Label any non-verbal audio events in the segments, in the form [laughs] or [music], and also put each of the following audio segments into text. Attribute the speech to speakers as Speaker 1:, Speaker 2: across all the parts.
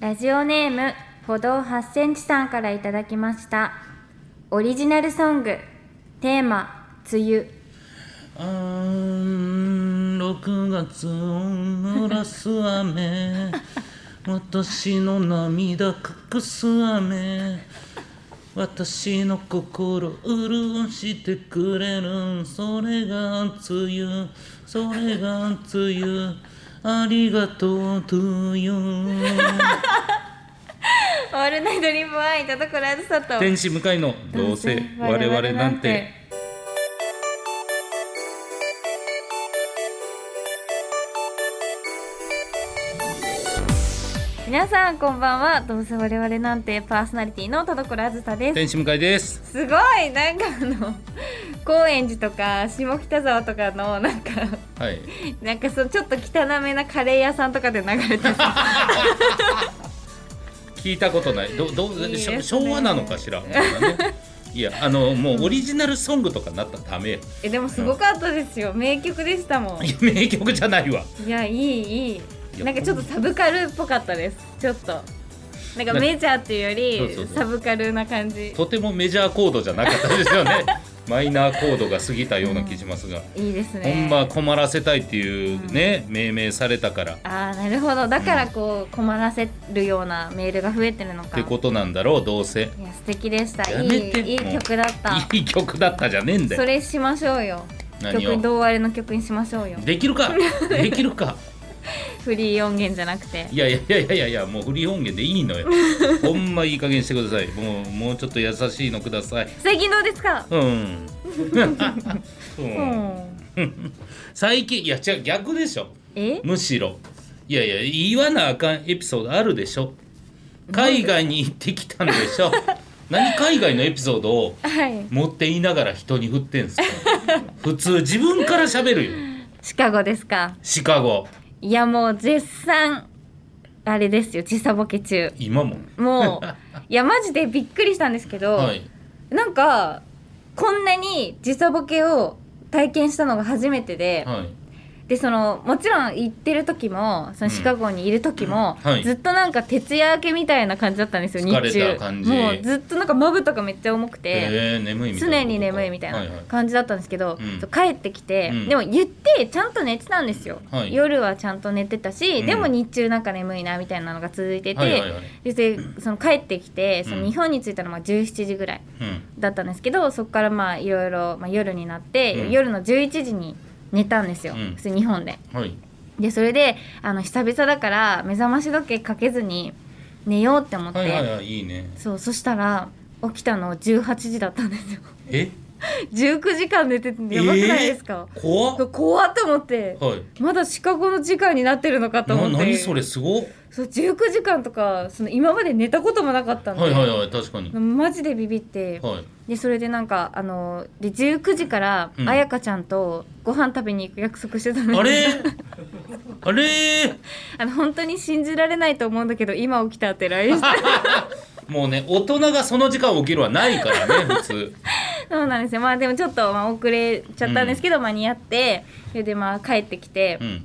Speaker 1: ラジオネーム歩道8センチさんからいただきましたオリジナルソングテーマ「梅雨
Speaker 2: あーん6月を濡らす雨 [laughs] 私の涙隠す雨私の心潤してくれるそれが梅雨それが梅雨ありがとう to you」
Speaker 1: オールナイトリンボワイン田所あずさと
Speaker 2: [laughs] 天使向かいのどうせ我々なんて
Speaker 1: 皆さんこんばんはどうせ我々なんてパーソナリティの田所あずさです
Speaker 2: 天使向かいです
Speaker 1: すごいなんかあの高円寺とか下北沢とかのなんか
Speaker 2: はい
Speaker 1: なんかそうちょっと汚めなカレー屋さんとかで流れてた
Speaker 2: 聞いたことないどどう
Speaker 1: いいです
Speaker 2: しょ
Speaker 1: ね
Speaker 2: 昭和なのか
Speaker 1: [laughs]
Speaker 2: しら、みたいなねいやあのもうオリジナルソングとかなったらダメよ
Speaker 1: えでもすごかったですよ名曲でしたもん
Speaker 2: いや名曲じゃないわ
Speaker 1: いやいいい
Speaker 2: い
Speaker 1: い
Speaker 2: や
Speaker 1: なんかちょっとサブカルっぽかったですちょっとなんかメジャーっていうよ
Speaker 2: そうそう
Speaker 1: り
Speaker 2: そ
Speaker 1: サ
Speaker 2: う
Speaker 1: ブカルな感じ
Speaker 2: とてもメジャーコードじゃなかったです
Speaker 1: [laughs]
Speaker 2: よねマイナーコードが過ぎたような気しますが、
Speaker 1: いいですね
Speaker 2: 本場困らせたいっていうね、命名されたからっ
Speaker 1: ああなるほどだからこう困らせるようなメールが増えてるのか
Speaker 2: てことなんだろうどうせ
Speaker 1: いや素敵でした
Speaker 2: や
Speaker 1: い
Speaker 2: めて
Speaker 1: いいい
Speaker 2: もう
Speaker 1: 曲だった
Speaker 2: いい曲だったじゃねえんだ
Speaker 1: そ
Speaker 2: よ
Speaker 1: れしましょうよ
Speaker 2: 何
Speaker 1: 曲
Speaker 2: を
Speaker 1: 同割れの曲にしましょうよ
Speaker 2: でき
Speaker 1: [laughs]
Speaker 2: るかできるか
Speaker 1: フリー音源じゃなくて
Speaker 2: いやいやいやいやいやもうフリー音源でいい
Speaker 1: [laughs]
Speaker 2: のよほんまいい加減にしてくださいもうもうちょっと優しいのください
Speaker 1: 最近どうですか
Speaker 2: うん。う、
Speaker 1: うんん
Speaker 2: 最近いや違う逆でしょ
Speaker 1: え
Speaker 2: むしろいやいや言わなあかんエピソードあるでしょ海外に行ってきたんでしょ何海外のエピソードを
Speaker 1: はい
Speaker 2: 持っていながら人に振ってんすか普通自分から喋るよ
Speaker 1: シカゴですか
Speaker 2: シカゴ
Speaker 1: いやもう絶賛あれですよ時差ボケ中
Speaker 2: 今も
Speaker 1: もう
Speaker 2: [laughs]
Speaker 1: いやマジでびっくりしたんですけど、
Speaker 2: はい
Speaker 1: なんかこんなに時差ボケを体験したのが初めてで、
Speaker 2: はい
Speaker 1: でそのもちろん行ってる時もそのシカゴにいる時も、
Speaker 2: うんはい
Speaker 1: ずっとなんか徹夜明けみたいな感じだったんですよ日中
Speaker 2: 疲れた感じ
Speaker 1: もうずっとなんかまぶたがめっちゃ重くて、
Speaker 2: えー、眠いみたいな
Speaker 1: 常に眠いみたい
Speaker 2: はいは
Speaker 1: な感じだったんですけど、
Speaker 2: うん
Speaker 1: そう帰ってきて、
Speaker 2: うん
Speaker 1: でも言ってちゃんと寝てたんですよ、
Speaker 2: はい
Speaker 1: 夜はちゃんと寝てたし、
Speaker 2: うん
Speaker 1: でも日中なんか眠いなみたいなのが続いてて、
Speaker 2: はいはいはい
Speaker 1: でその帰ってきてそうの
Speaker 2: ん
Speaker 1: 日本に着いたのが17時ぐらい
Speaker 2: うん
Speaker 1: だったんですけどそこからまあいろいろ、まあ、夜になって、
Speaker 2: うん
Speaker 1: 夜の11時に寝たんですよ、
Speaker 2: うん
Speaker 1: 普通日本で。
Speaker 2: はい
Speaker 1: でそれであの久々だから目覚まし時計かけずに寝ようって思って、
Speaker 2: はいはいはいいいね
Speaker 1: そうそしたら起きたの18時だったんですよ
Speaker 2: え
Speaker 1: 19時間寝ててやばくないですか、
Speaker 2: えー怖っ
Speaker 1: そう怖っと思って、
Speaker 2: はい
Speaker 1: まだシカゴの時間になってるのかと思
Speaker 2: な
Speaker 1: って
Speaker 2: 何それすごっ
Speaker 1: そう19時間とかその今まで寝たこともなかったんで、
Speaker 2: はいはいはい確かに
Speaker 1: マジでビビって、
Speaker 2: はい
Speaker 1: でそれでなんかあので19時から
Speaker 2: うん
Speaker 1: 彩香ちゃんとご飯食べに行く約束してたのに [laughs]
Speaker 2: あれあれ
Speaker 1: あの本当に信じられないと思うんだけど今起きたって LINE して
Speaker 2: [laughs] もうね大人がその時間起きるはないか
Speaker 1: [laughs]
Speaker 2: らね普通
Speaker 1: そうなんですよまあでもちょっと、まあ、遅れちゃったんですけど、間に合ってそれでまあ帰ってきて
Speaker 2: う、ん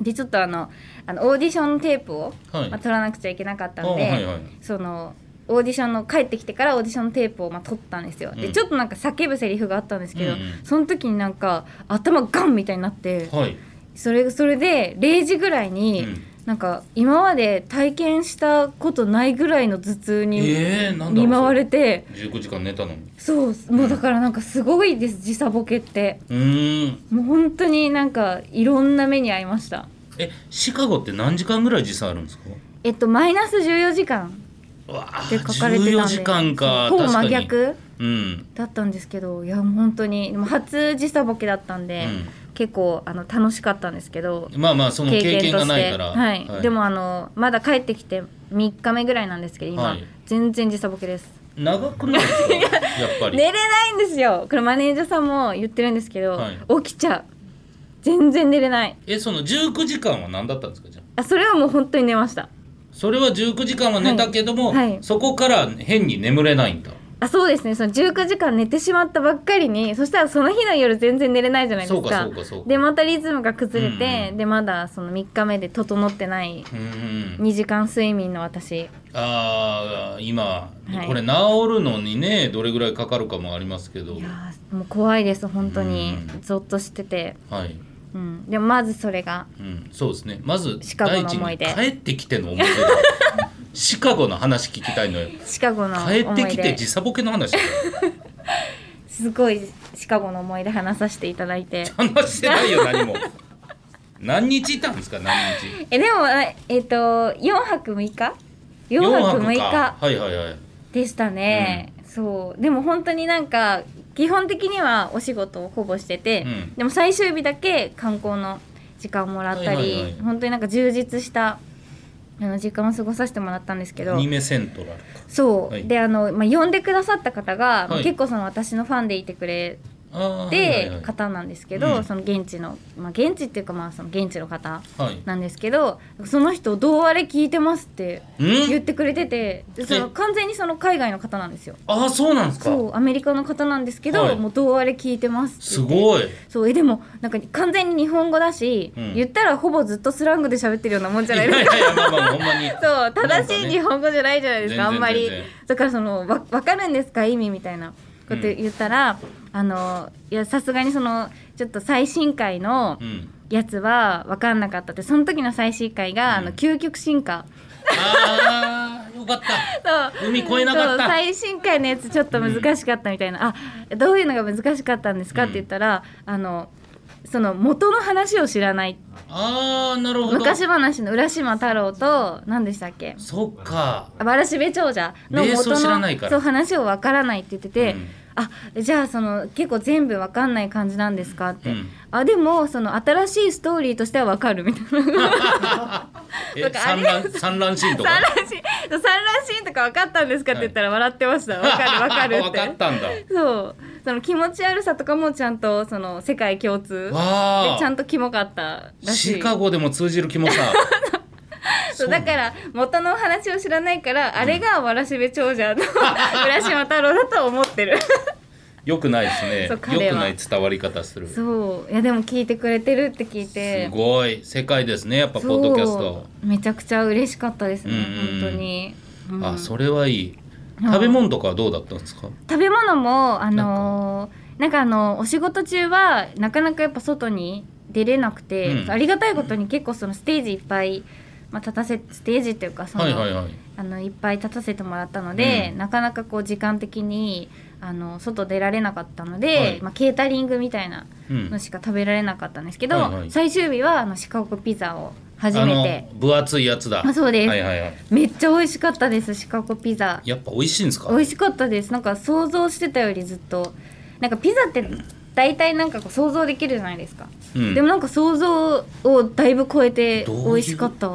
Speaker 1: でちょっとあのあのオーディションテープを、
Speaker 2: はい
Speaker 1: まあ、取らなくちゃいけなかったんで、
Speaker 2: あはいはい
Speaker 1: そのオーディションの帰ってきてからオーディションテープをまあ取ったんですよ、
Speaker 2: う
Speaker 1: で
Speaker 2: ん
Speaker 1: ちょっとなんか叫ぶセリフがあったんですけど、
Speaker 2: うんうん
Speaker 1: その時になんか頭ガンみたいになって。
Speaker 2: はい
Speaker 1: それそれで0時ぐらいに、
Speaker 2: うん
Speaker 1: なんか今まで体験したことないぐらいの頭痛に
Speaker 2: えーなんだろう
Speaker 1: 見舞われて、
Speaker 2: 19時間寝たのに
Speaker 1: そうもうだからなんかすごいです時差ボケって
Speaker 2: うーん
Speaker 1: もう本当になんかいろんな目に遭いました
Speaker 2: えシカゴって何時間ぐらい時差あるんですか
Speaker 1: えっとマイナス14時間
Speaker 2: うわあ
Speaker 1: って書かれてたんで
Speaker 2: 14時間か
Speaker 1: そうほぼ
Speaker 2: 確か
Speaker 1: 真
Speaker 2: に
Speaker 1: 逆
Speaker 2: うん
Speaker 1: だったんですけどいやもう本当にでも初時差ボケだったんで、結構あの楽しかったんですけど
Speaker 2: まあまあその経験がないから
Speaker 1: はいでもあのまだ帰ってきて3日目ぐらいなんですけど今、
Speaker 2: はい
Speaker 1: 全然時差ボケです
Speaker 2: 長くな
Speaker 1: [laughs]
Speaker 2: いですかやっぱり
Speaker 1: 寝れないんですよこれマネージャーさんも言ってるんですけど、
Speaker 2: はい
Speaker 1: 起きちゃう全然寝れない
Speaker 2: えその19時間は何だったんですかじゃあ
Speaker 1: あそれはもう本当に寝ました
Speaker 2: それは19時間は寝たけども、
Speaker 1: はいはい
Speaker 2: そこから変に眠れないんだ
Speaker 1: ああそうですねその19時間寝てしまったばっかりにそしたらその日の夜全然寝れないじゃないですか
Speaker 2: そうかそうかそうか
Speaker 1: でまたリズムが崩れて、
Speaker 2: うんう
Speaker 1: でまだその3日目で整ってない
Speaker 2: うん
Speaker 1: 2時間睡眠の私
Speaker 2: ああ今、
Speaker 1: はい
Speaker 2: これ治るのにねどれぐらいかかるかもありますけど
Speaker 1: いやーもう怖いです本当に
Speaker 2: うん
Speaker 1: ゾッとしてて、
Speaker 2: はい、
Speaker 1: うん、でもまずそれが
Speaker 2: うん、そうですねまず
Speaker 1: シカゴの
Speaker 2: 第一
Speaker 1: 思い
Speaker 2: に
Speaker 1: 出
Speaker 2: 帰ってきての思い出
Speaker 1: [laughs]
Speaker 2: だシカゴの話聞きたいのよ
Speaker 1: シカゴの思い
Speaker 2: 帰
Speaker 1: 出
Speaker 2: ってきて時差ボケの話
Speaker 1: すごいシカゴの思い出話させていただいて
Speaker 2: 話してないよ
Speaker 1: [laughs]
Speaker 2: 何も何日いたんですか何日
Speaker 1: えでもええっと4泊6日4泊6
Speaker 2: 四
Speaker 1: 日
Speaker 2: かはいはいはい
Speaker 1: でしたね、そうでも本当になんか基本的にはお仕事をほぼしてて、
Speaker 2: うん
Speaker 1: でも最終日だけ観光の時間をもらったり、
Speaker 2: はいはいはい
Speaker 1: 本当になんか充実したあの時間を過ごさせてもらったんですけど
Speaker 2: ニメセントラルか
Speaker 1: そう、
Speaker 2: はい
Speaker 1: であの、まあ、呼んでくださった方が、
Speaker 2: はい
Speaker 1: 結構その私のファンでいてくれ
Speaker 2: ああはいはいは
Speaker 1: て
Speaker 2: い
Speaker 1: 方なんですけど、
Speaker 2: うん
Speaker 1: その現地の、まあ、現地っていうかまあその現地の方
Speaker 2: はい
Speaker 1: なんですけどその人「どうあれ聞いてます」って
Speaker 2: うん
Speaker 1: 言ってくれててでその
Speaker 2: え
Speaker 1: 完全にその海外の方なんですよ。
Speaker 2: ああそうなんですか
Speaker 1: そうアメリカの方なんですけど、
Speaker 2: はい
Speaker 1: もうどうあれ聞いてます
Speaker 2: す
Speaker 1: って言って
Speaker 2: ごい
Speaker 1: そうえでもなんか完全に日本語だし、
Speaker 2: うん
Speaker 1: 言ったらほぼずっとスラングで喋ってるようなもんじゃない
Speaker 2: い
Speaker 1: ですか
Speaker 2: やいやいやまあまあほんまに
Speaker 1: [laughs] そう正
Speaker 2: なん
Speaker 1: し
Speaker 2: か
Speaker 1: い
Speaker 2: ね
Speaker 1: 日本語じゃないじゃないですか
Speaker 2: 全然
Speaker 1: あんまり
Speaker 2: 全然
Speaker 1: だからそのわ分かるんですか意味みたいなこと言ったら、あのいやさすがにそのちょっと最新回の
Speaker 2: うん
Speaker 1: やつは分かんなかったってその時の最新回が、
Speaker 2: うん
Speaker 1: あの究極進化
Speaker 2: ああよかった
Speaker 1: そう
Speaker 2: 海越えなかった
Speaker 1: そう最新回のやつちょっと難しかったみたいな、あどういうのが難しかったんですかって言ったら、あのその元の話を知らない
Speaker 2: ああなるほど
Speaker 1: 昔話の浦島太郎と何でしたっけ
Speaker 2: そっか
Speaker 1: わらしべ長者の
Speaker 2: ベースを
Speaker 1: 元
Speaker 2: 知らないか
Speaker 1: のそう
Speaker 2: ら
Speaker 1: 話をわからないって言ってて、
Speaker 2: うん
Speaker 1: あじゃあその結構全部わかんない感じなんですかって、
Speaker 2: うん
Speaker 1: あでもその新しいストーリーとしてはわかるみたいな
Speaker 2: え
Speaker 1: なんかあ
Speaker 2: 産
Speaker 1: れ
Speaker 2: 卵産卵シーンと
Speaker 1: 産
Speaker 2: か
Speaker 1: 卵シーン産卵シーンとかわかったんですかって言ったら笑ってましたわ、かるわかるって
Speaker 2: [laughs] わかったんだ
Speaker 1: そうその気持ち悪さとかもちゃんとその世界共通で
Speaker 2: わ
Speaker 1: ちゃんとキモかった
Speaker 2: あ
Speaker 1: らしい
Speaker 2: シカゴでも通じる気も
Speaker 1: [laughs]
Speaker 2: さ
Speaker 1: そうだから元のお話を知らないから、あれがわらしべ長者の [laughs] 浦島太郎だと思ってる
Speaker 2: よくないで
Speaker 1: そう
Speaker 2: す
Speaker 1: 彼は
Speaker 2: ねよくない伝わり方するす
Speaker 1: そういやでも聞いてくれてるって聞いて
Speaker 2: ごい世界ですねやっぱポ
Speaker 1: そう
Speaker 2: ッドキャスト
Speaker 1: めちゃくちゃ嬉しかったですね
Speaker 2: うん
Speaker 1: 本当に、うん
Speaker 2: あそれはいい
Speaker 1: うん
Speaker 2: 食べ物とかはどうだったんですか
Speaker 1: 食べ物もあのーなんかあのお仕事中はなかなかやっぱ外に出れなくて、
Speaker 2: うん
Speaker 1: ありがたいことに結構そのステージいっぱい、まあ、立たせステージっていうかその、
Speaker 2: はいはいはい
Speaker 1: あのいっぱい立たせてもらったので、
Speaker 2: うん
Speaker 1: なかなかこう時間的にあの外出られなかったので、
Speaker 2: はい
Speaker 1: まあ、ケータリングみたいな
Speaker 2: うん
Speaker 1: のしか食べられなかったんですけど、
Speaker 2: はいはい
Speaker 1: 最終日はあのシカゴピザを初
Speaker 2: あ
Speaker 1: め
Speaker 2: の
Speaker 1: て
Speaker 2: 分厚いやつだ
Speaker 1: あそうです
Speaker 2: はいはいはい
Speaker 1: めっちゃ美味しかったですシカゴピザ
Speaker 2: やっぱ美味しいんですか
Speaker 1: 美味しかったですなんか想像してたよりずっとなんかピザって大体なんかこう想像できるじゃないですか、
Speaker 2: うん
Speaker 1: でもなんか想像をだいぶ超えて
Speaker 2: どういう
Speaker 1: 美味しかった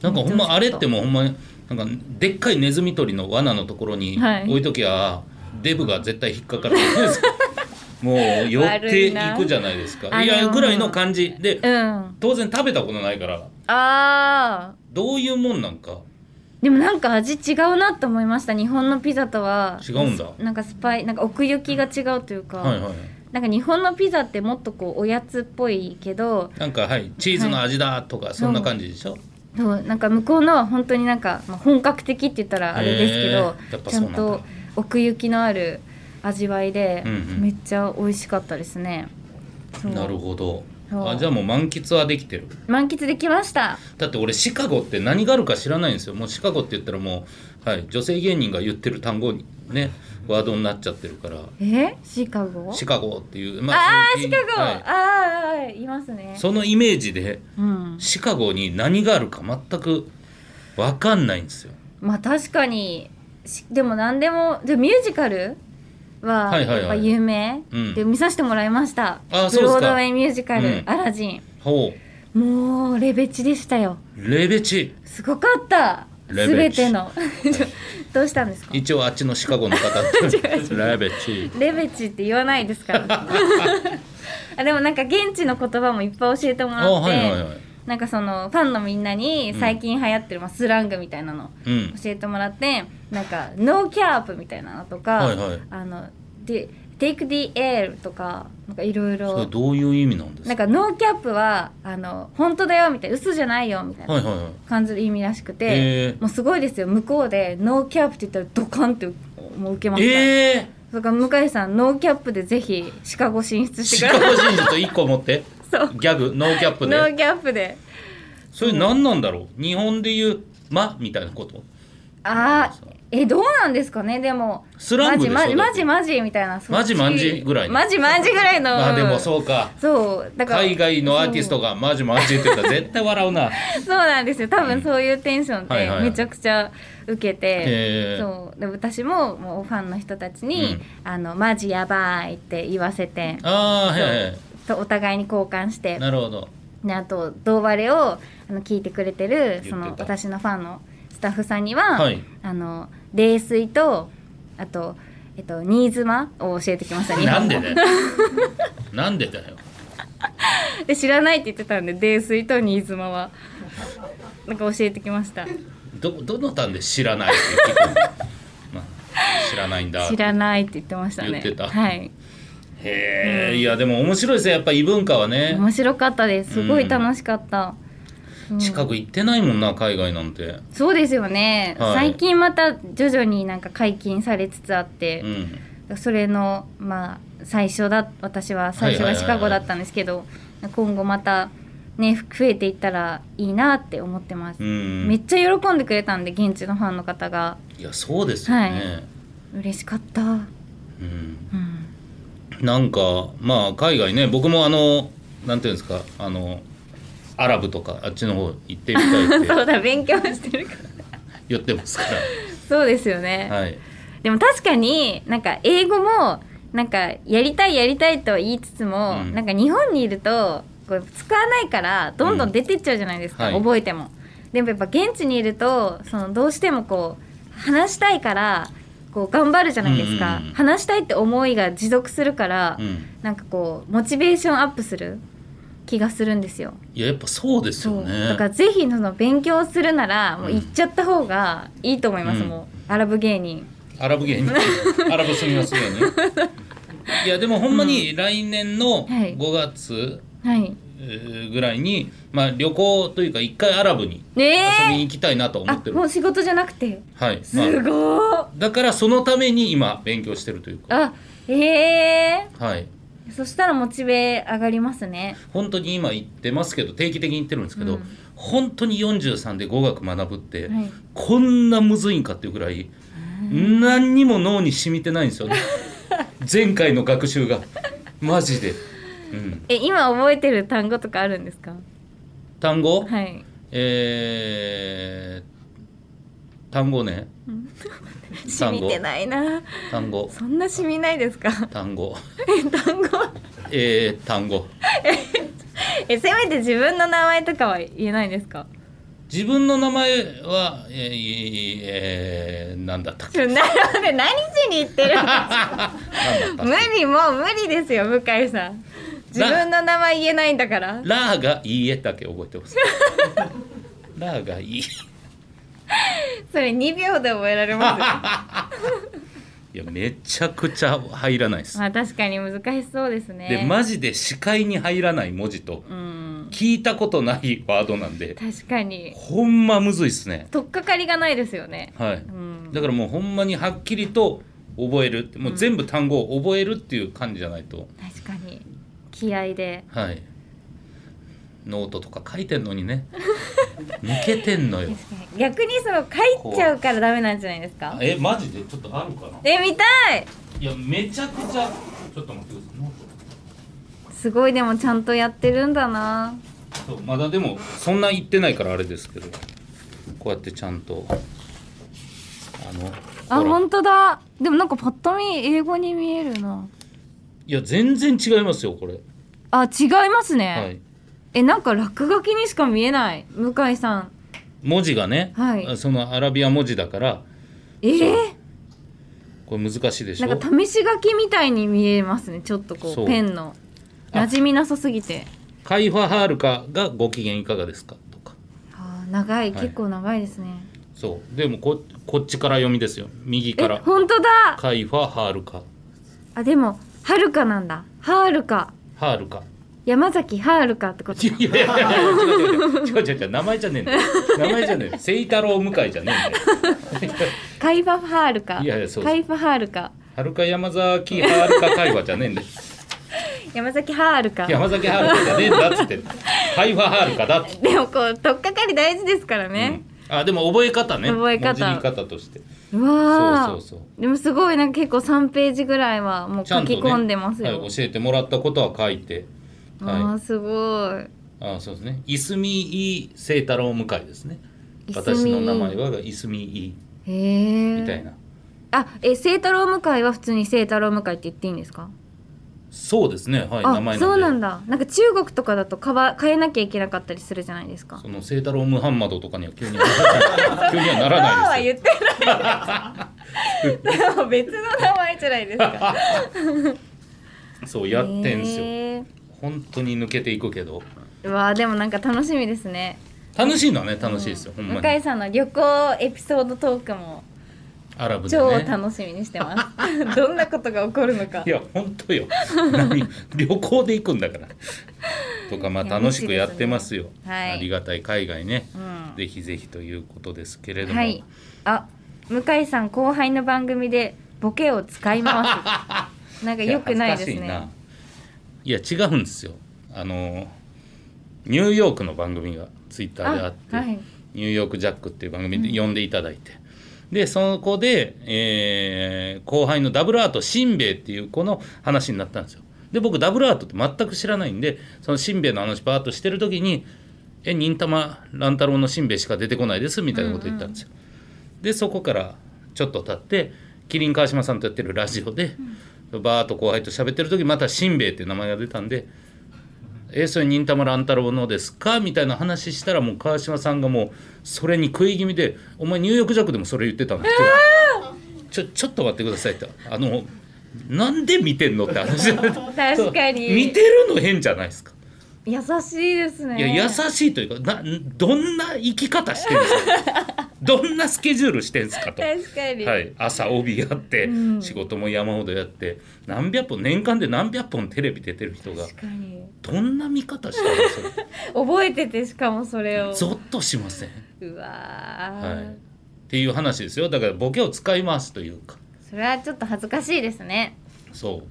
Speaker 2: なんかほんまあれって
Speaker 1: も
Speaker 2: もうほんまになんかでっかいネズミ捕りの罠のところに
Speaker 1: はい
Speaker 2: 置いときゃ、デブが絶対引っかか
Speaker 1: [laughs]
Speaker 2: るもう寄っていくじゃないです
Speaker 1: 悪
Speaker 2: か
Speaker 1: い
Speaker 2: い
Speaker 1: な
Speaker 2: やぐらいの感じで、
Speaker 1: うんあ
Speaker 2: 当然食べたことないから
Speaker 1: あー
Speaker 2: どういうもんなんか
Speaker 1: でもなんか味違うなと思いました日本のピザとは
Speaker 2: 違うんだ
Speaker 1: なんかスパイなんか奥行きが違うというか、
Speaker 2: はいはい
Speaker 1: なんか日本のピザってもっとこうおやつっぽいけど
Speaker 2: なんかはいチーズの味だとか、そんな感じでしょ
Speaker 1: そうなんか向こうのは本当になんか、まあ、本格的って言ったらあれですけ
Speaker 2: へー
Speaker 1: ど
Speaker 2: やっぱ
Speaker 1: ち
Speaker 2: そ
Speaker 1: ゃ
Speaker 2: うなん
Speaker 1: ん
Speaker 2: だ
Speaker 1: と奥行きのある味わいで、
Speaker 2: うんうん
Speaker 1: めっちゃ美味しかったですねそう
Speaker 2: なるほど
Speaker 1: そう
Speaker 2: あじゃあもう満喫はできてる
Speaker 1: 満喫できました
Speaker 2: だって俺シカゴって何があるか知らないんですよもうシカゴって言ったらもう、はい、女性芸人が言ってる単語にねワードになっちゃってるから
Speaker 1: えシカゴ
Speaker 2: シカゴっていう、ま
Speaker 1: ああ
Speaker 2: そ
Speaker 1: シ
Speaker 2: の
Speaker 1: カゴ、
Speaker 2: はい
Speaker 1: あーあーいますね
Speaker 2: そのイメージで
Speaker 1: うん
Speaker 2: シカゴに何があるか全く分かんないんですよ。
Speaker 1: まあ確かにしでも何でもでミュージカルは
Speaker 2: はいはいはい
Speaker 1: やっぱ有名、
Speaker 2: うん
Speaker 1: で見させてもらいました
Speaker 2: あそうです
Speaker 1: ブ
Speaker 2: か
Speaker 1: ロードウェイミュージカル「
Speaker 2: うん
Speaker 1: アラジン
Speaker 2: ほ」
Speaker 1: もうレベチでしたよ
Speaker 2: うレベチ
Speaker 1: すごかった
Speaker 2: レベ
Speaker 1: 全
Speaker 2: チ
Speaker 1: てのどうしたんですか
Speaker 2: 一応あっちのシカゴの方っ
Speaker 1: [laughs]
Speaker 2: てレベチ
Speaker 1: レベチって言わない
Speaker 2: [laughs]
Speaker 1: ですからあでもなんか現地の言葉もいっぱい教えても
Speaker 2: あ
Speaker 1: らって、
Speaker 2: はいはいはい
Speaker 1: なんかそのファンのみんなに最近流行ってる、まあ、スラングみたいなの
Speaker 2: うん
Speaker 1: 教えてもらってなんか「ノーキャープ」みたいなのとか「
Speaker 2: はいはい
Speaker 1: あので Take the air」とかなんかいろい
Speaker 2: それ
Speaker 1: ろ
Speaker 2: どういう意味なんです
Speaker 1: なんか「
Speaker 2: か
Speaker 1: ノーキャップは」あの本当だよみたいな嘘じゃないよみたいな
Speaker 2: はいはいはい
Speaker 1: 感じる意味らしくて、
Speaker 2: へー
Speaker 1: もうすごいですよ向こうで「ノーキャップ」って言ったらドカンってもう受けました、
Speaker 2: え
Speaker 1: それから向井さんノーキャップでぜひシカゴ進
Speaker 2: ー、
Speaker 1: 出して
Speaker 2: シ
Speaker 1: くだ
Speaker 2: カ
Speaker 1: さい
Speaker 2: ゴ人術一個持って
Speaker 1: [laughs] そう
Speaker 2: ギャグノーキャップ
Speaker 1: ノ
Speaker 2: で
Speaker 1: ーキャップで
Speaker 2: それ何なんだろう日本で言う「ま」みたいなこと
Speaker 1: あーえどうなんですかねでも
Speaker 2: スラングでしょ
Speaker 1: マジ
Speaker 2: だ
Speaker 1: マ
Speaker 2: って
Speaker 1: ジマジマジみたいなそっち
Speaker 2: マジマジぐらいの
Speaker 1: マジマジぐらいの
Speaker 2: あでも
Speaker 1: う
Speaker 2: そうか
Speaker 1: そうだから
Speaker 2: 海外のアーティストがマジマジって言ったら絶対笑うな
Speaker 1: そうそうなんですよ多分そういうテンション
Speaker 2: はい
Speaker 1: で
Speaker 2: はい
Speaker 1: めちゃくちゃ受けて、
Speaker 2: えー、
Speaker 1: そうで私ももうファンの人たちに、
Speaker 2: うん
Speaker 1: あのマジやばいって言わせて
Speaker 2: ああはいは
Speaker 1: とお互いに交換して
Speaker 2: いなるほど
Speaker 1: であと「どうバレを」あの聞いてくれてるそ
Speaker 2: 言っ
Speaker 1: の
Speaker 2: てた
Speaker 1: 私のファンのスタッフさんには、
Speaker 2: はい
Speaker 1: あの冷水とあと、えっと、新妻を教えてきました日本
Speaker 2: [laughs] なん
Speaker 1: 語 [laughs]
Speaker 2: でだよなんでだよ
Speaker 1: で知らないって言ってたんで冷水と新妻はなんか教えてきました
Speaker 2: どどの単で知らないって言ってくる
Speaker 1: [laughs]
Speaker 2: のまあ知らないんだ
Speaker 1: 知らないって言ってましたね
Speaker 2: 言ってた
Speaker 1: はい
Speaker 2: へえいやでも面白いですねやっぱ異文化はね
Speaker 1: 面白かったですすごい楽しかった、うん
Speaker 2: 近く行ってないもんな海外なんて
Speaker 1: そうですよね、
Speaker 2: はい
Speaker 1: 最近また徐々になんか解禁されつつあって、
Speaker 2: うん
Speaker 1: それのまあ最初だ私は最初
Speaker 2: は
Speaker 1: はい
Speaker 2: はいはいはい
Speaker 1: シカゴだったんですけど、今後またねふ増えていったらいいなって思ってます、
Speaker 2: うん
Speaker 1: めっちゃ喜んでくれたんで現地のファンの方が
Speaker 2: いやそうですよね、
Speaker 1: はい嬉しかった、
Speaker 2: [laughs]
Speaker 1: うん、
Speaker 2: うんなんかまあ海外ね僕もあのなんていうんですかあのアラブとかあっちの方行ってみた
Speaker 1: [laughs]
Speaker 2: いって
Speaker 1: そうだ勉強してるから
Speaker 2: 言ってますか
Speaker 1: そうですよね、
Speaker 2: らはい
Speaker 1: でも確かになんか英語もなんかやりたいやりたいとは言いつつも、
Speaker 2: うん
Speaker 1: なんか日本にいるとこう使わないからどんどん出てっちゃうじゃないですか、
Speaker 2: うんはい
Speaker 1: 覚えても。でもやっぱ現地にいるとそのどうしてもこう話したいからこう頑張るじゃないですか、
Speaker 2: うんうんうん
Speaker 1: 話したいって思いが持続するから、
Speaker 2: うん
Speaker 1: なんかこうモチベーションアップする気がするんですよ。
Speaker 2: いややっぱそうですよね
Speaker 1: だからぜひその勉強するならもう行っちゃった方がいいと思います、
Speaker 2: うん
Speaker 1: もうアラブ芸人。
Speaker 2: アラブ
Speaker 1: [laughs]
Speaker 2: 芸人アラブ住みますよねいやでもほんまに来年
Speaker 1: は
Speaker 2: の
Speaker 1: い
Speaker 2: 5月
Speaker 1: はい
Speaker 2: えーぐらいに、まあ、旅行というか一回アラブに
Speaker 1: ねえ
Speaker 2: 遊びに行きたいなと思
Speaker 1: あ
Speaker 2: ってる、
Speaker 1: もう仕事じゃなくて
Speaker 2: はい、
Speaker 1: す
Speaker 2: ま
Speaker 1: ご
Speaker 2: あ、
Speaker 1: ー
Speaker 2: だからそのために今勉強してるというか
Speaker 1: あええ
Speaker 2: はい
Speaker 1: ー、そしたらモチベ上がりますね
Speaker 2: 本当に今行ってますけど定期的に行ってるんですけど、
Speaker 1: うん
Speaker 2: 本当に43で語学学ぶっ
Speaker 1: は
Speaker 2: て、
Speaker 1: い
Speaker 2: こんなむずいんかっていうぐらい何にも脳に染みてないんで
Speaker 1: [laughs]
Speaker 2: すよね前回の学習がマジで、うん、
Speaker 1: え今覚えてる単語とかあるんですか
Speaker 2: 単語、
Speaker 1: はい
Speaker 2: えー、単語ね
Speaker 1: 染
Speaker 2: 単
Speaker 1: み
Speaker 2: 語
Speaker 1: てないな
Speaker 2: 単語
Speaker 1: そんな染みないですか [laughs]
Speaker 2: 単語
Speaker 1: え単語
Speaker 2: えー、単語
Speaker 1: えせめて自分の名前とかは言えないです
Speaker 2: [laughs]
Speaker 1: か
Speaker 2: 自分の名前はえーいえー、なんだったっけ
Speaker 1: ちょなるほど何しに行ってる
Speaker 2: [laughs] なんだっ
Speaker 1: 無理もう無理ですよ向井さん自分の名前言えないんだから
Speaker 2: たラーがいいえだけ覚えてますラーがいい
Speaker 1: それ2秒で覚えられますよ
Speaker 2: いやめちゃくちゃ入らないです、
Speaker 1: まあ確かに難しそうですね。
Speaker 2: でマジで視界に入らない文字と
Speaker 1: うん、
Speaker 2: 聞いたことないワードなんで
Speaker 1: 確かに。
Speaker 2: ほんまむずいっすね
Speaker 1: 取っかかりがないですよね。
Speaker 2: はい、
Speaker 1: うん
Speaker 2: だからもうほんまにはっきりと覚えるもう全部単語を覚えるっていう感じじゃないと、
Speaker 1: 確かに。気合で。
Speaker 2: はいノートとか書いてんのにね抜けてんのよ
Speaker 1: 逆にその書いちゃうからダメなんじゃないですか。
Speaker 2: えマジでちょっとあるかな
Speaker 1: え、見たい。
Speaker 2: いやめちゃくちゃちょっと待ってくださいノー
Speaker 1: すごいでもちゃんとやってるんだな。
Speaker 2: トそうまだでもそんな言ってないからあれですけどこうやってちゃんとあの
Speaker 1: あ、
Speaker 2: ほら
Speaker 1: 本当だ。でもなんかパッと見英語に見えるな。
Speaker 2: いや全然違いますよこれ
Speaker 1: あ、違いますね。
Speaker 2: はい
Speaker 1: え、なんか落書きにしか見えない。向井さん。
Speaker 2: 文字がね、
Speaker 1: はい
Speaker 2: そのアラビア文字だから
Speaker 1: えー
Speaker 2: これ難しいでしょ
Speaker 1: なんか試し書きみたいに見えますね。ちょっとこ
Speaker 2: そう
Speaker 1: うペンの
Speaker 2: あ
Speaker 1: 馴染みなさすぎて。
Speaker 2: カイファハールカがご機嫌いかがですかとか
Speaker 1: あー長い、
Speaker 2: はい
Speaker 1: 結構長いですね
Speaker 2: そうでもここっちから読みですよ右
Speaker 1: え
Speaker 2: から
Speaker 1: 本当だ
Speaker 2: カイファハールカ
Speaker 1: あでもはるかなんだはるか
Speaker 2: ハールカ
Speaker 1: 山崎はるかってこと
Speaker 2: いやいやいやいや違う違う違う違う違う違う名前じゃねえんだよ名前じゃねえよ清太郎向井じゃねえんだよ
Speaker 1: カイファハールか
Speaker 2: いやいやそうそう
Speaker 1: カイファハールか
Speaker 2: はるか山崎ハールカ会話じ
Speaker 1: [laughs]
Speaker 2: ゃねえんだよ
Speaker 1: 山崎ハールか
Speaker 2: 山崎ハールカじゃねえんだっつってんのカイファハールカだって、
Speaker 1: でもこう取っかかり大事ですからね、
Speaker 2: うんあでも覚え方ね
Speaker 1: 覚え方
Speaker 2: 文字言い方として
Speaker 1: うわあ
Speaker 2: そうそうそ
Speaker 1: でもすごいなんか結構3ページぐらいはもう
Speaker 2: ちゃ
Speaker 1: 書
Speaker 2: んと、
Speaker 1: き
Speaker 2: ね、
Speaker 1: 込んでますよ、
Speaker 2: はい、教えてもらったことは書いてはい
Speaker 1: ああすごい
Speaker 2: あそうですね。いすみい清太郎向井ですね。
Speaker 1: いすみ
Speaker 2: 私の名前はいすみい
Speaker 1: へえ
Speaker 2: みたいな。
Speaker 1: あえ清太郎向井は普通に清太郎向井って言っていいんですか
Speaker 2: そうですね。はい、名前なん
Speaker 1: あ
Speaker 2: で。
Speaker 1: そうなんだなんか中国とかだとかわ変えなきゃいけなかったりするじゃないですか
Speaker 2: その清太郎ムハンマドとかには急に急に
Speaker 1: [laughs]
Speaker 2: はならないですよ。
Speaker 1: 言って
Speaker 2: [laughs]
Speaker 1: ないですでも別の名前じゃないですか
Speaker 2: そうやってんすよ。
Speaker 1: へ
Speaker 2: 本当に抜けていくけど、
Speaker 1: えわあでもなんか楽しみですね
Speaker 2: 楽しいのはね楽しいですよ。ほんま
Speaker 1: 向
Speaker 2: に
Speaker 1: 井さんの旅行エピソードトークも
Speaker 2: アラブで
Speaker 1: 超
Speaker 2: ね。
Speaker 1: 楽しみにしてます、
Speaker 2: [laughs]
Speaker 1: どんなことが起こるのか
Speaker 2: いや本当よ。何旅行で行くんだから。とかまあ
Speaker 1: いや
Speaker 2: 楽しくやってますよ
Speaker 1: 楽しい。ですねはい
Speaker 2: ありがたい海外ね。
Speaker 1: うん
Speaker 2: ぜひぜひということですけれども。
Speaker 1: はいあ向井さん後輩の番組でボケを使い回
Speaker 2: [laughs]
Speaker 1: すなんか良くないです
Speaker 2: や恥ずかしいな
Speaker 1: ね
Speaker 2: いや違うんですよあのニューヨークの番組がツイッターであって
Speaker 1: あはい
Speaker 2: ニューヨークジャック」っていう番組で呼んでいただいて、でそこで、えー後輩のダブルアートしんべヱっていう子の話になったんですよで僕ダブルアートって全く知らないんでそのしんべヱの話バーッとしてる時に「え忍たま乱太郎のしんべヱしか出てこないです」みたいなこと言ったんですよ、でそこからちょっと経って麒麟川島さんとやってるラジオで、バーッと後輩と喋ってる時またしんべヱって名前が出たんで「えそれ忍たま乱太郎のですか?」みたいな話したらもう川島さんがもうそれに食い気味で「お前ニューヨークジャックでもそれ言ってたんだ」ちょちょっと待ってください」って「あのなんで見てんの?」って話 [laughs]
Speaker 1: 確かに
Speaker 2: 見てるの変じゃないですか。
Speaker 1: 優しいですね
Speaker 2: いや優しいというかなどんな生き方してるんです
Speaker 1: [laughs]
Speaker 2: かどんなスケジュールしてんですかと。
Speaker 1: 確かに、
Speaker 2: はい、朝帯やって、
Speaker 1: うん
Speaker 2: 仕事も山ほどやって何百本年間で何百本テレビ出てる人が
Speaker 1: 確かに
Speaker 2: どんな見方してるんです
Speaker 1: [laughs]
Speaker 2: か
Speaker 1: 覚えててしかもそれを
Speaker 2: ゾッとしません、
Speaker 1: うわー、
Speaker 2: はい、っていう話ですよだからボケを使い回すというか
Speaker 1: それはちょっと恥ずかしいですね
Speaker 2: そう
Speaker 1: うん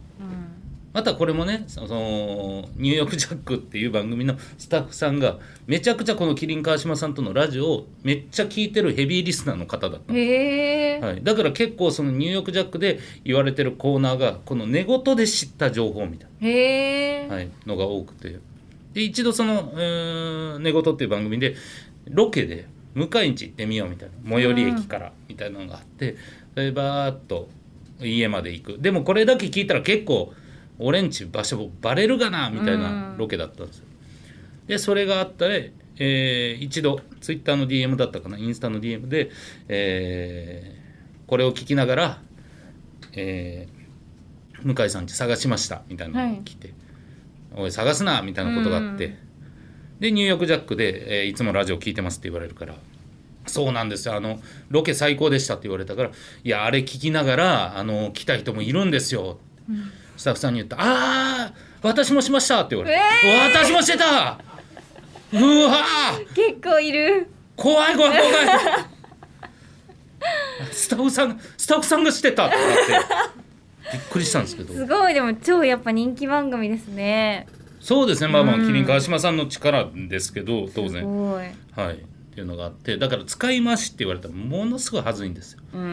Speaker 2: またこれもねそその「ニューヨーク・ジャック」っていう番組のスタッフさんがめちゃくちゃこの麒麟川島さんとのラジオをめっちゃ聞いてるヘビーリスナーの方だったの
Speaker 1: へえ、
Speaker 2: はい、だから結構その「ニューヨーク・ジャック」で言われてるコーナーがこの寝言で知った情報みたいな。
Speaker 1: へえ、
Speaker 2: はい、のが多くてで一度そのうーん「寝言」っていう番組でロケで向かいに行ってみようみたいな最寄り駅からみたいなのがあってそれでバーッと家まで行くでもこれだけ聞いたら結構俺んち場所バレるがなみたいな
Speaker 1: うん
Speaker 2: ロケだったんですよでそれがあったら、えー一度ツイッターの DM だったかなインスタの DM で、えーこれを聞きながら、えー向井さんち探しましたみたいなのが来て、おい探すなみたいなことがあって、
Speaker 1: うん
Speaker 2: でニューヨークジャックで、えーいつもラジオ聞いてますって言われるからそうなんですよあのロケ最高でしたって言われたからいやあれ聞きながらあの来た人もいるんですよ
Speaker 1: うん
Speaker 2: スタッフさんに言った「あー私もしました」って言われて「
Speaker 1: え
Speaker 2: 私もしてた!」うわー
Speaker 1: 結構いる
Speaker 2: 怖い怖い怖いスタッフさんスタッフさんがしてたって言ってびっくりしたんですけど
Speaker 1: すごいでも超やっぱ人気番組ですね
Speaker 2: そうですねまあまあ
Speaker 1: うん
Speaker 2: 麒麟川島さんの力ですけど当
Speaker 1: す
Speaker 2: 然
Speaker 1: ごい
Speaker 2: はいっていうのがあってだから使い回しって言われたらものすごい恥ずいんですよ、
Speaker 1: うん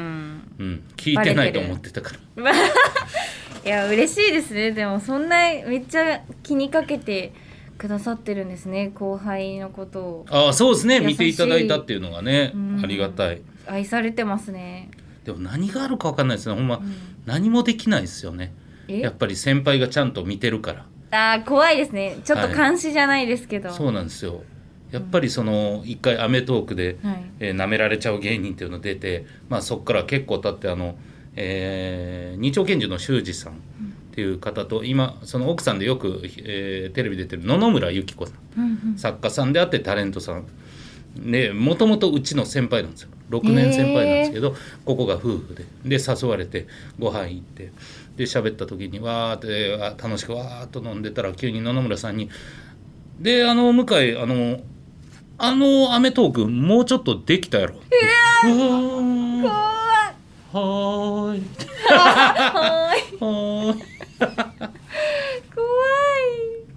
Speaker 2: うん、聞いてない
Speaker 1: バレて
Speaker 2: と
Speaker 1: る
Speaker 2: 思ってたから
Speaker 1: いや嬉しいですねでもそんなめっちゃ気にかけてくださってるんですね後輩のことを
Speaker 2: ああそうですね
Speaker 1: 優しい
Speaker 2: 見ていただいたっていうのがね
Speaker 1: うん
Speaker 2: ありがたい
Speaker 1: 愛されてますね
Speaker 2: でも何があるか分かんないですねほんま、
Speaker 1: ん
Speaker 2: 何もできないですよね
Speaker 1: え
Speaker 2: やっぱり先輩がちゃんと見てるから
Speaker 1: あー怖いですねちょっと監視じゃないですけど、
Speaker 2: そうなんですよやっぱりその一回『アメトーーク』で、
Speaker 1: はい
Speaker 2: えー舐められちゃう芸人っていうの出て、まあ、そこから結構経ってあの、えー二丁拳銃の修二さんっていう方と今その奥さんでよく、えーテレビ出てる野々村由紀子さん
Speaker 1: うん
Speaker 2: 作家さんであってタレントさんでもともとうちの先輩なんですよ6年先輩なんですけど、ここが夫婦でで誘われてご飯行ってで喋った時にわーってあ楽しくわーっと飲んでたら急に野々村さんに「であの向井あのあの『アメトーーク』もうちょっとできたやろ」うーんはーい
Speaker 1: 怖い
Speaker 2: はーい」っ
Speaker 1: 怖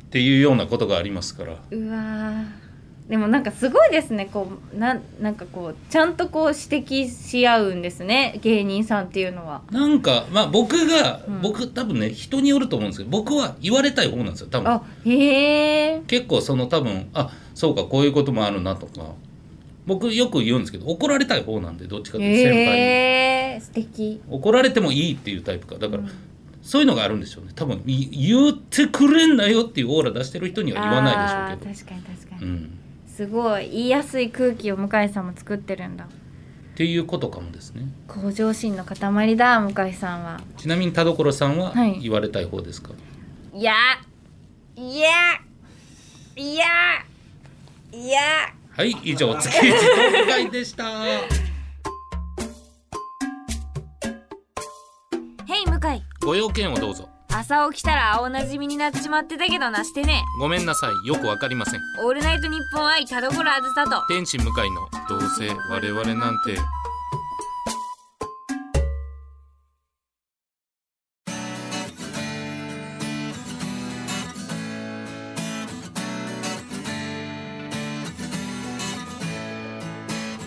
Speaker 2: ていうようなことがありますから。
Speaker 1: いうわーでもなんかすごいですねこうなんなんかこうちゃんとこう指摘し合うんですね芸人さんっていうのは
Speaker 2: なんかまあ僕が、
Speaker 1: うん
Speaker 2: 僕多分ね人によると思うんですけど僕は言われたい方なんですよ多分
Speaker 1: あへえ
Speaker 2: 結構その多分あそうかこういうこともあるなとか僕よく言うんですけど怒られたい方なんでどっちかっていうと先輩に、
Speaker 1: へえ素敵
Speaker 2: 怒られてもいいっていうタイプかだから、
Speaker 1: うん
Speaker 2: そういうのがあるんでしょうね多分い言ってくれんなよっていうオーラ出してる人には言わないでしょうけ
Speaker 1: あー確かに確かに
Speaker 2: ど、うん、
Speaker 1: すごい言いやすい空気を向井さんも作ってるんだ
Speaker 2: っていうことかもですね
Speaker 1: 向上心の塊だ向井さんは
Speaker 2: ちなみに田所さんは
Speaker 1: はい
Speaker 2: 言われたい方ですか、
Speaker 1: いやいやいやいや
Speaker 2: はい、以上月一公開でした
Speaker 1: へい向井
Speaker 2: ご用件をどうぞ
Speaker 1: 朝起きたら青なじみになっちまってたけどなしてね
Speaker 2: ごめんなさいよくわかりません
Speaker 1: オールナイトニッポン愛田所あずさと
Speaker 2: 天使向かいのどうせ我々なんて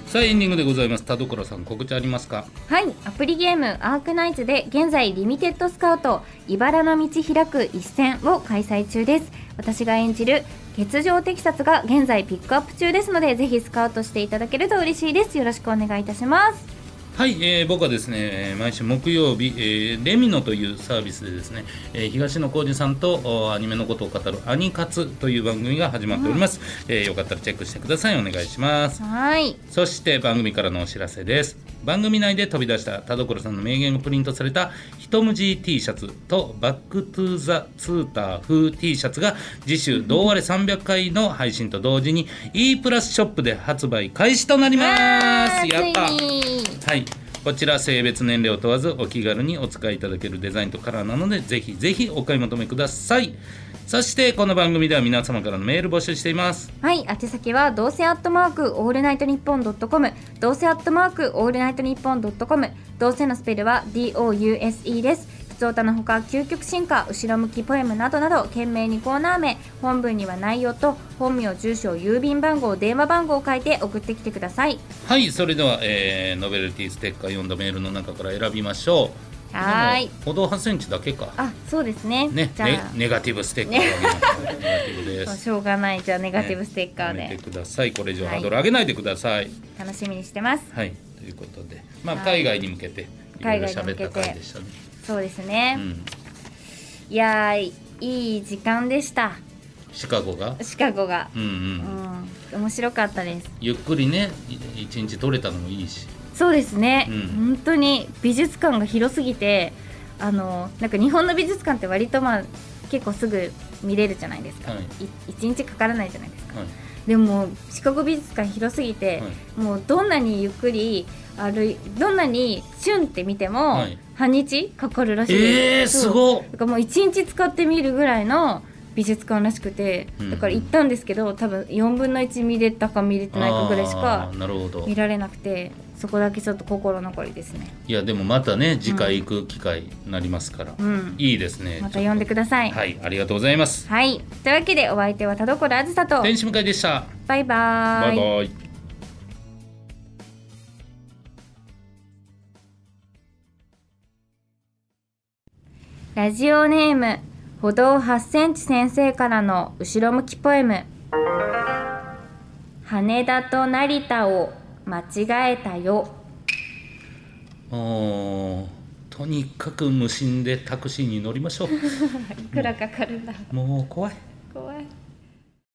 Speaker 2: さあエンディングでございます田所さん告知ありますか
Speaker 1: はいアプリゲーム「アークナイツ」で現在リミテッドスカウト「茨の道開く一戦」を開催中です私が演じる欠場テキサスが現在ピックアップ中ですのでぜひスカウトしていただけると嬉しいですよろしくお願いいたします
Speaker 2: はい、えー僕はですね、えー毎週木曜日、えーレミノというサービスでですね、えー東野幸治さんとおアニメのことを語るアニカツという番組が始まっております、えーよかったらチェックしてくださいお願いします
Speaker 1: はい
Speaker 2: そして番組からのお知らせです番組内で飛び出した田所さんの名言がプリントされた一文字 T シャツとバックトゥーザツーター風 T シャツが次週同割れ300回の配信と同時に E プラスショップで発売開始となります
Speaker 1: わ
Speaker 2: や
Speaker 1: ー
Speaker 2: った
Speaker 1: ついに
Speaker 2: はい、こちら性別年齢を問わずお気軽にお使いいただけるデザインとカラーなのでぜひぜひお買い求めくださいそしてこの番組では皆様からのメール募集しています
Speaker 1: はい、宛先はどうせアットマークオールナイトニッポンドットコムどうせアットマークオールナイトニッポンドットコムどうせのスペルは DOUSE です普通歌のほか究極進化後ろ向きポエムなどなど懸命にコーナー名本文には内容と本名住所郵便番号電話番号を書いて送ってきてください
Speaker 2: はいそれでは、えーノベルティステッカー読んだメールの中から選びましょう
Speaker 1: はーい
Speaker 2: でも歩道8センチだけか
Speaker 1: あそうですね
Speaker 2: ね
Speaker 1: じゃあ、
Speaker 2: ねネガティブステッカーをあげましょうネガティブ
Speaker 1: [laughs]
Speaker 2: で
Speaker 1: そう
Speaker 2: す
Speaker 1: しょうがないじゃあネガティブステッカーで、
Speaker 2: ねやめてくださいこれ以上ハードル上げないでください
Speaker 1: 楽しみにしてます
Speaker 2: はい、ということでまあ
Speaker 1: はい
Speaker 2: 海外に向けていろいろ喋った
Speaker 1: 海外に向けて
Speaker 2: 回でしたね、
Speaker 1: そうですね、
Speaker 2: うん、
Speaker 1: いやーいい時間でした
Speaker 2: シカゴが
Speaker 1: シカゴが
Speaker 2: うんうん
Speaker 1: うん、面白かったです
Speaker 2: ゆっくりねい一日取れたのもいいし
Speaker 1: そうですね、
Speaker 2: うん
Speaker 1: 本当に美術館が広すぎてあのなんか日本の美術館って割とまあ結構すぐ見れるじゃないですか、
Speaker 2: はい
Speaker 1: い一日かからないじゃないですか
Speaker 2: はい
Speaker 1: でもシカゴ美術館広すぎて、もうどんなにゆっくり歩いどんなにチュンって見ても、
Speaker 2: はい
Speaker 1: 半日かかるらしい
Speaker 2: えー、
Speaker 1: そう
Speaker 2: すごっ
Speaker 1: だからもう一日使ってみるぐらいの美術館らしくて、
Speaker 2: うん
Speaker 1: だから行ったんですけど多分4分の1見れたか見れてないかぐらいしか
Speaker 2: あーなるほど
Speaker 1: 見られなくてそこだけちょっと心残りですね
Speaker 2: いやでもまたね次回行く機会になりますから、
Speaker 1: うん
Speaker 2: いいですね
Speaker 1: また呼んでください
Speaker 2: は
Speaker 1: はい、
Speaker 2: いありがとうございます
Speaker 1: というわけでお相手は田所あずさと
Speaker 2: 天使向かいでした
Speaker 1: バイバー
Speaker 2: バ
Speaker 1: イ
Speaker 2: イバイ
Speaker 1: ラジオネーム歩道8センチ先生からの後ろ向きポエム羽田と成田を間違えたよ
Speaker 2: おーとにか
Speaker 1: [laughs]
Speaker 2: く無心でタクシーに乗りましょう
Speaker 1: いくらかかるんだ
Speaker 2: もう怖い
Speaker 1: 怖い